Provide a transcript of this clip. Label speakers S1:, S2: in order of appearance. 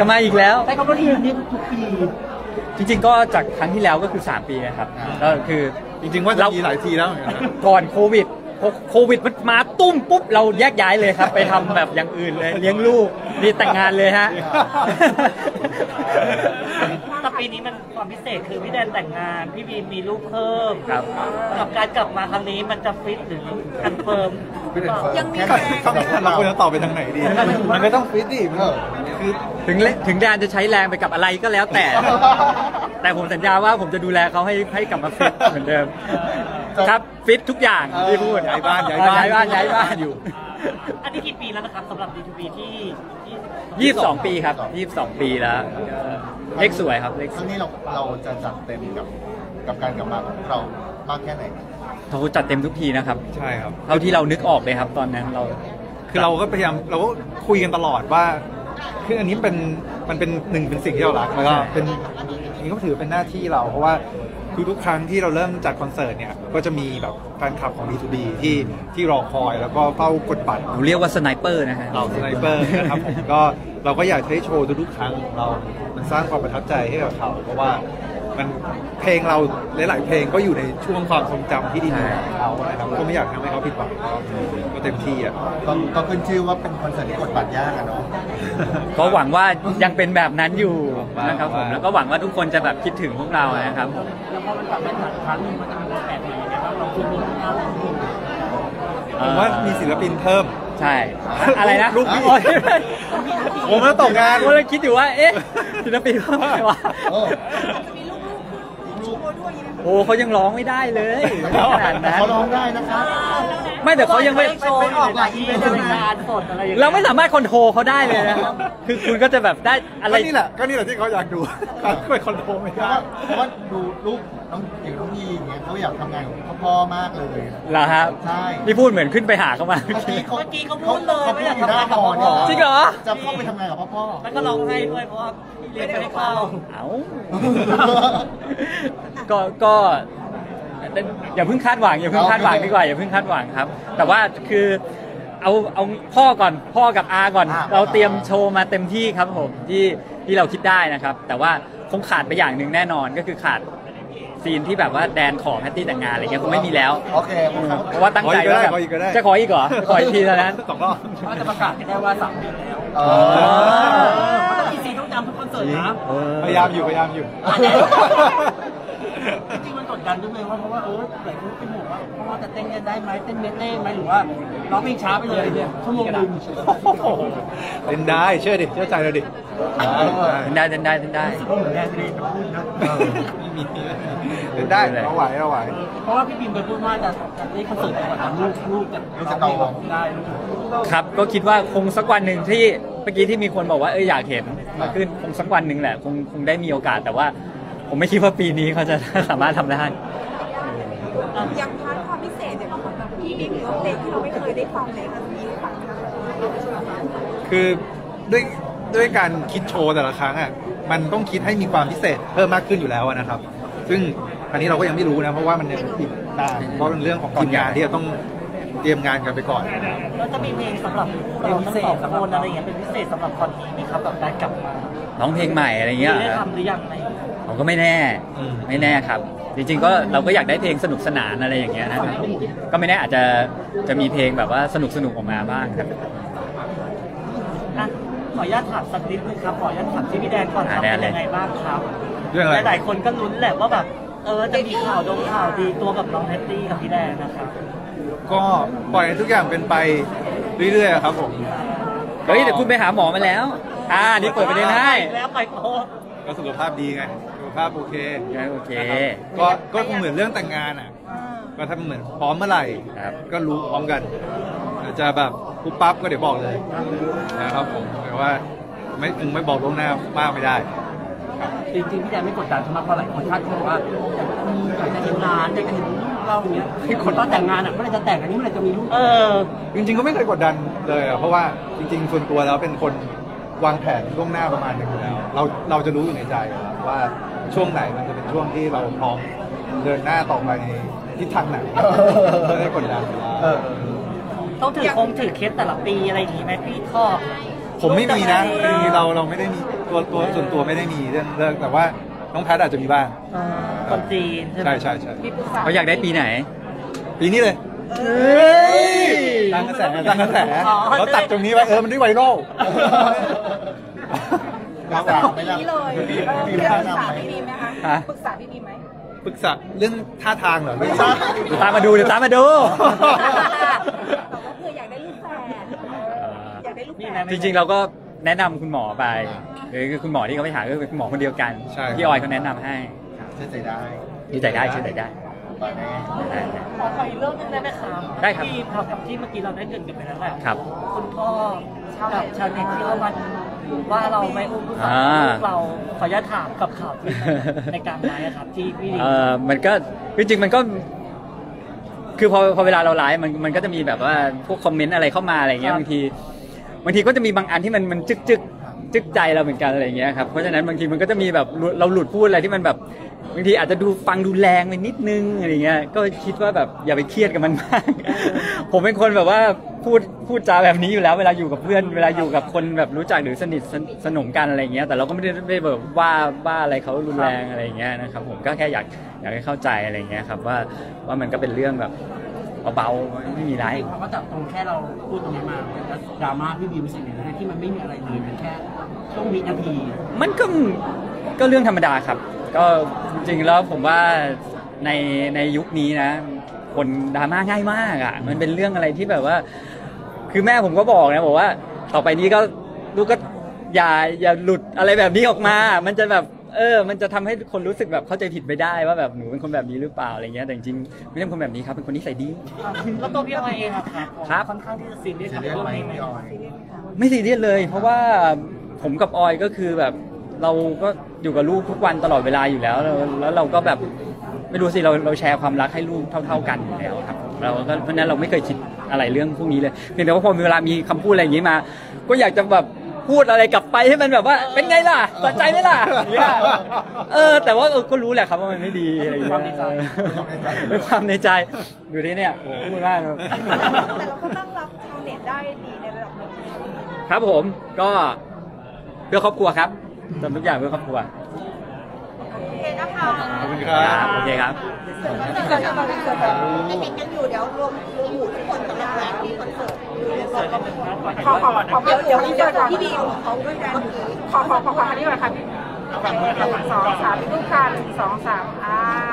S1: มาอีกแล้ว
S2: แต่เขาก็ดีนี่ทุกปี
S1: จริงๆก็จากครั้งที่แล้วก็คือ 3 ปีนะครับ
S3: อ่า
S1: ก็คือ
S3: จริงๆว่าจะมีหลายทีแล้วเหมือนกันนะ
S1: ก่อนโควิดพอโควิดมันมาตุ้มปุ๊บเราแยกย้ายเลยครับ ไปทำแบบอย่างอื่นเลยเลี้ยงลูกนี่แต่งงานเลยฮะ
S2: แต่ปีนี้มันความพิเศษคือพี่แดนแต่งงาน พี่บีมมีลูกเพิ่ม
S1: ครับ
S2: กับการกลับมาครั้งนี้มันจะฟิตหรือคันเฟิร์ม
S4: ยังมีแรง
S3: คำถามเราควรจะตอบไปทางไหนดี มันก็ต้องฟิตดิเออคือ
S1: ถึงเลถึงแดนจะใช้แรงไปกับอะไรก็แล้วแต่ แต่ผมสัญญาว่าผมจะดูแลเขาให้ให้กลับมาฟิตเหมือนเดิม ครับฟิตทุกอย่างที่พูด
S3: ย้ายบ้านย้ายบ้าน
S1: ย้ายบ้านย้ายบ้านอยู่
S2: อันนี้กี่ปีแล้วนะครับสำหรับ D2B ที่ที่
S1: ยี่สิบสองปีครับยี่สิบสองปีแล้วเลขสวยครับเลข
S5: ค
S1: สว
S5: รั้ง
S1: ย
S5: นี้เราเราจะจัดเต็มกับกับการกลับมาของพวกเรามากแค่ไหน
S1: เขาจัดเต็มทุกทีนะครับ
S3: ใช่ครับ
S1: เท่าที่เรานึกออกเลยครับตอนนั้นเรา
S3: คือเราก็พยายามเราก็คุยกันตลอดว่าคืออันนี้เป็นมันเป็นหนึ่งเป็นสิ่งที่เรารักแล้วก็เป็นอันนี้ก็ถือเป็นหน้าที่เรา เพราะว่าทุกๆครั้งที่เราเริ่มจัดคอนเสิร์ตเนี่ยก็จะมีแบบแฟนคลับของ B2B ที่ที่รอคอยแล้วก็เฝ้ากดบัตร
S1: หนูเรียกว่าสไนเปอร์นะฮะ
S3: เราสไนเปอร์นะครับผมก็เราก็อยากจะให้โชว์ทุกๆครั้งของเรา มันสร้างความประทับใจให้กับเขาเพราะว่ามันเพลงเราหลายๆเพลงก็อยู่ในช่วงความทรงจำที่ดีๆของเขานะครับก็ไม่อยากทำให้เขาผิดหวังก็เต็มที่อ่ะ
S5: ก็ก็ขึ้นชื่อว่าเป็นคอนเสิร์ตที่กดบัตรยากอะเนาะ
S1: ก็หวังว่ายังเป็นแบบนั้นอยู่นะครับผมแล้วก็หวังว่าทุกคนจะแบบคิดถึงพวกเรานะครับ
S2: แล้วพอมันกลับมาจัดครั้งหนึงมันจะมีโปรแกรมยังไงบ้างเราคือมีทุกงานเลย
S3: ผมว่ามีศิลปินเพิ่ม
S1: ใช่ อะไรนะ
S3: ลูกพี่
S1: อ๋อ
S3: ผมก็ตกงาน
S1: ผมเลยคิดอยู่ว่า เอ๊ะศิลปินเขาไงวะ
S5: โอ้
S4: มีลูกๆคู่โชว์ด้วยนะ
S1: โอ้เขายังร้องไม่ได้เลยขนาดนั้น
S5: เขาร้องได้นะคะ
S1: ไม่แต่เขายังไม่
S2: โชว์ออกหลายอีเวนต์รายการสดอะไรอย่าง
S1: เรา
S2: เงี้ย
S1: ไม่สามารถคอนโทรลเขาได้เลยนะครับ คือคุณก็จะแบบได้อะไร
S3: ก็นี่แหละก็นี่แหละที่เขาอยากดูเขาไปคอนโทรลไม่
S5: เพราะ
S3: ได้
S5: ว่าเพราะว่าดูลูกน้องอย่างน้องพีอย่างเงี้ยเขาอยากทำงานของพ่อมากเลย
S1: เหรอครับ
S5: ใช่
S1: นี่พูดเหมือนขึ้นไปหาเขามา
S5: เมื่อกี้เขา
S2: เมื่อกี้เขาพูดเลย
S5: เขา
S2: ว่า
S5: พู
S2: อ
S5: ด
S2: ยาก
S5: อยู่ห
S2: ทำ
S5: น้า
S2: าน
S5: งจ
S2: กับพ่
S5: อ
S2: อ
S1: จริงเหรอ
S5: จะเข้าไปทำงานกับพ่อพ่อ
S2: แล้วก็ร้องไห้ด้วยเพราะว่าพี่เรียนไม่ได้เข้า
S1: เอ้า ก็ก็อย่าเพิ่งคาดหวังอย่าเพิ่งคาดหวังดีกว่าอย่าเพิ่งคาดหวังครับ แต่ว่าคือเอาเอาพ่อก่อนพ่อกับอาก่อน เราเตรียมโชว์มาเต็มที่ครับผมที่ที่เราคิดได้นะครับ แต่ว่าคงขาดไปอย่างหนึ่งแน่นอนก็คือขาดซีนที่แบบว่าแดนขอแพตตี้แต่งงานอะไรเงี้ยคงไม่มีแล้ว
S5: โอเคขอบคุณครับ
S1: เพราะว่าตั้งใจ
S3: ขออีกก็
S1: ว่า
S3: ได้
S1: แบบ
S3: ขออีกก็ได้
S1: จะขออีกเหรอขออีกทีเท่านั้น
S3: สองรอบ
S2: เขาจะประกาศให้ได้ว่าสามปีแล้ว
S5: เอ
S3: เอ
S5: อ
S2: มันต้องกี่ซีนต้องจำทุกคอนเสิร์ตนะ
S3: พยายามอยู่พยาย ามอยู่
S2: จริงๆมันกดดันด้วยไหมว่าเพราะว่าเออหลายคนเป็นห่วงว่าเพราะว่าจะเต้นกันได้ไหมเต้นเมดเล่ไหมหรือว่าร้องเพลงช้าไปเลยเนี่ยชั่วโมงหนึง
S3: เล่นได้เชื่อดิเชื่อใจเราดิ
S1: เต้นได้เต้นได้เต้นได้
S2: เหมือนแดนเรียนกับพูดนะ
S3: เล่นได้เราไหวเราไหว
S2: เพราะว่าพี่บิมเคยพูดว่าจะจะเล่นคอนเสิร์ตแบบนั้นลูกลูกจะร้องเพลงแบบนี้ได้ลูก
S1: ครับก็คิดว่าคงสักวันหนึ่งที่เมื่อกี้ที่มีคนบอกว่าเอออยากเห็นมาขึ้นคงสักวันหนึ่งแหละคงคงได้มีโอกาสแต่ว่า ผมไม่คิดว่าปีนี้เขาจะ สามารถทำได้
S4: ยังพาร์ทความพิเศษเนี่ยของแบบพี่บิ๊กหรือว่าเพลงที่เราไม่เคยได้ฟังเลยค่ะพี่ได้ฟังนะคะ
S3: คือด้วยด้วยการคิดโชว์แต่ละครั้งอ่ะมันต้องคิดให้มีความพิเศษเพิ่มมากขึ้นอยู่แล้วอะนะครับ ซึ่งอันนี้เราก็ยังไม่รู้นะเพราะว่ามันยังอีกนานเพราะเป็นเรื่องของทีมงานที่จะต้องเตรียมงานกันไปก่อน
S2: แล้วจะมีเพลงสำหรับเราทั้งสองคนอะไรอย่างเงี้ยเป็นพิเศษสำหรับคอนนี้ไหมครับแบบการกลับมา
S1: ร้องเพลงใหม่อะไรเงี้ย
S2: มีได้ทำหรือยังไหม
S1: ผมก็ไม่แน่
S3: อืม
S1: ไม่แน่ครับ จริง ๆ ก็เราก็อยากได้เพลงสนุกสนานอะไรอย่างเงี้ยนะครับก็ไม่แน่อาจจะจะมีเพลงแบบว่าสนุกสนุกๆออกมาบ้างครับ
S2: อ่ะขออนุญาตถามสักนิดนึงครับ ขออนุญาตถามที่พี่แดนก่อนครับ
S1: อ่ะได้
S2: เป็น
S1: เลย
S2: ยังไงบ้างครับ
S3: เรื่องอะไร
S2: หลายๆคนก็ลุ้นแหละว่าแบบ เออ จะมีข่าวดงข่าวดีตัวกับน้องแพตตี้กับพี่แดนนะครับ
S3: ก็ปล่อยให้ทุกอย่างเป็นไปเรื่อยๆครับผม
S1: เฮ้ยแต่คุณไปหาหมอมาแล้ว อ่านี่เปิดประเด็นให้
S2: แล้วไปโพสต์
S3: ก็สุขภาพดีไงสุขภาพโอเค
S1: โอเค
S3: ก็ก็คงเหมือนเรื่องแต่งงานอ่ะ ก็ถ้าเหมือนพร้อมเมื่อไหร่
S1: ครับ
S3: ก็รู้พร้อมกันอาจจะแบบปุ๊บปั๊บก็เดี๋ยวบอกเลยนะครับผมแต่ว่าไม่คงไม่บอกล่วงหน้ามากไม่ได้
S2: จริงๆพี่แดนไม่กดดันใช่ไหมเพราะหลายคนคาดหวังว่าอยากจะเห็นร้านอยากจะเห็นลูกเราอย่างเนี้ยตอนแต่งงานอ่ะเมื่อไหรจะแต่งอันนี้เมื่อไหรจะมีลูก เออ
S3: จริงๆก็ไม่เคยกดดันเลยอะเพราะว่าจริง ๆ ส่วนตัวแล้วเป็นคนวางแผนล่วงหน้าประมาณหนึงอยู่แล้ว เราเราจะรู้อยู่ในใจอยู่แล้วว่าช่วงไหนมันจะเป็นช่วงที่เราพร้อมเดินหน้าต่อไปในทิศทางไหนไม่ได้กดดัน
S5: เออ
S2: ต้องถือคงถือเคสแต่ละปีอะไรอย่างงี้ไหมพี่ทอบ
S3: ผมไม่มีนะคือเราเราไม่ได้มี ตัวตัวส่วนตัวไม่ได้มีเรื่องเรื่องแต่ว่าน้องแพทอาจจะมีบ้าง
S6: คนจีนใช่ไหม
S3: ใช่ใช่ใช่
S1: เขาอยากได้ปีไหน
S3: ปีนี้เลยตั้งกระแสตั้งกระแสเราตัดตรงนี้ไว้เออมันได้ไวรัล
S5: เราฝากไปแล้ว
S4: นี่เลย
S5: พี่
S4: เออ
S5: พี่
S4: ปรึก
S5: แนะ
S4: ษาน
S5: ำไหม
S4: พี่บีมไหมคะ
S1: ฮะ
S4: ปรึกษาพี่บีมไหม
S3: ปรึกษาเรื่องท่าทางเหรอ
S5: ไม่ใช่
S1: เดี๋ยวตามมาดูเดี๋ยวตามมาดู
S4: แต่ก็คืออยากได้ลูกแฝดอยากได้ลูกแฝด
S1: จริงๆเราก็แนะนำคุณหมอไปหรือคือคุณหมอที่เขาไปหาก็คือคุณหมอคนเดียวกัน
S3: ใช่ครับ
S1: ที่ออยเขาแนะนำให้
S5: เชื่อใจได้
S1: เชื่อใจได้เชื่อใจได้
S5: ไปแน่
S1: ได้ได้
S6: ขอขออีกเรื่องหนึงได้ไหมครับ
S1: ได้ครับ
S6: ที่พอกับที่เมื่อกี้เราได้เกรินกันไปแล้วแหละ
S1: ครับ
S6: คุณพ่อกับชาวเน็ตที่เข้ามาว่าเราไม่อุ้มลูกสาว
S1: อ่า
S6: ลูกเราขออนุญาตถามกับข่าว ที่ในการไลฟ์อะครับที่พี่ดี
S1: เออมันก็จริงๆมันก็ คือพอพอเวลาเราไลฟ์มันมันก็จะมีแบบว่าพวกคอมเมนต์อะไรเข้ามาอะไรเงี้ยบางทีบางทีก็จะมีบางอันที่มันมันจึกจึกจึกใจเราเหมือนกันอะไรเงี้ยครับเพราะฉะนั้นบางทีมันก็จะมีแบบหลุดเราหลุดพูดอะไรที่มันแบบบางทีอาจจะดูฟังดูแรงไปนิดนึงอะไรเงี้ยก็คิดว่าแบบอย่าไปเครียดกับมันมาก ผมเป็นคนแบบว่าพูดพูดจาแบบนี้อยู่แล้ว เวลาอยู่กับเพื่อน เวลาอยู่กับคนแบบรู้จักหรือสนิทสนสนมกันอะไรเงี้ยแต่เราก็ไม่ได้ไม่ได้แบบว่าว่าอะไรเขารุนแรงอะไรเงี้ยนะครับผมก็แค่อยากอยากให้เข้าใจอะไรเงี้ยครับว่าว่ามันก็เป็นเรื่องแบบ เบาๆไม่มีไร
S2: เขาก็จับตรงแค่เราพูดตรงนี้มามันก็ดราม่าพี่บีมรู้สึกอย่างไรที่มันไม่มีอะไรเลยมันแค่ช่วงวินาที
S1: มันก็ก็เรื่องธรรมดาครับ ก็จริงๆแล้วผมว่าในในยุคนี้นะ คนดราม่าง่ายมากอ่ะ มันเป็นเรื่องอะไรที่แบบว่า คือแม่ผมก็บอกนะบอกว่า ต่อไปนี้ก็ลูกก็อย่าอย่าหลุดอะไรแบบนี้ออกมา มันจะแบบ เออ มันจะทำให้คนรู้สึกแบบเข้าใจผิดไปได้ว่าแบบหนูเป็นคนแบบนี้หรือเปล่าอะไรเงี้ยแต่จริงๆไม่ใช่เป็นคนแบบนี้ครับเป็นคนนิสัยดี
S6: แล้วตัวพี่ออยเองอะครับ
S1: ครับ
S6: ค่อนข้างที่จะซีเรียส
S5: จะ
S6: กับ
S5: เรียก
S6: เรื่อง
S5: ไหม
S6: นี้ไหม
S5: พี่ออย
S1: ไม่ซีเรียสเลย เพราะว่าผมกับออยก็คือแบบเราก็อยู่กับลูกทุกวันตลอดเวลาอยู่แล้ว แล้วแล้วเราก็แบบไม่รู้สิเราเราแชร์ความรักให้ลูกเท่า ๆกันอยู่แล้วครับเราก็เพราะฉะนั้นเราไม่เคยคิดอะไรเรื่องพวกนี้เลยเพียงแต่ว่าพอมีเวลามีคำพูดอะไรอย่างนี้มา ก็อยากจะแบบพูดอะไรกลับไปให้มันแบบว่า เป็นไงล่ะสะใจไหมล่ะอย่างเงี้ยเออ แต่ว่าเออก็รู้แหละครับว่ามันไม่ดีอะไรอย่างเงี้ยเป็นความในใจดูดิเนี่ยโอ้โหพูดมากเลย
S4: แต่เราก็ตั้งรับชาวเน็ตได้ดีในระดับหนึ่ง
S1: ครับผมก็เพื่อครอบครัวครับทำทุกอย่างเพื่อครอบครัว
S4: โอเคนะคะ
S3: ขอบคุณครับ
S1: โอเคครับ
S4: เสิร์ฟกันเสิร์ฟกันเสิร์ฟกันกันอยู่เดี๋ยวรวมรวมหมู่ทุกคนกำลังแบบมีคอนเสิร์ตอยู่ในคอนเสิร์ต
S2: ขอขอ
S4: ขอเดี๋ยวเดี๋ยวเจอพี่บีมเขาด้วยกันขอขอขอขอนี่ก่อนค่ะพี่หนึ่งสองสามพี่ลูกกันสองสามอ่า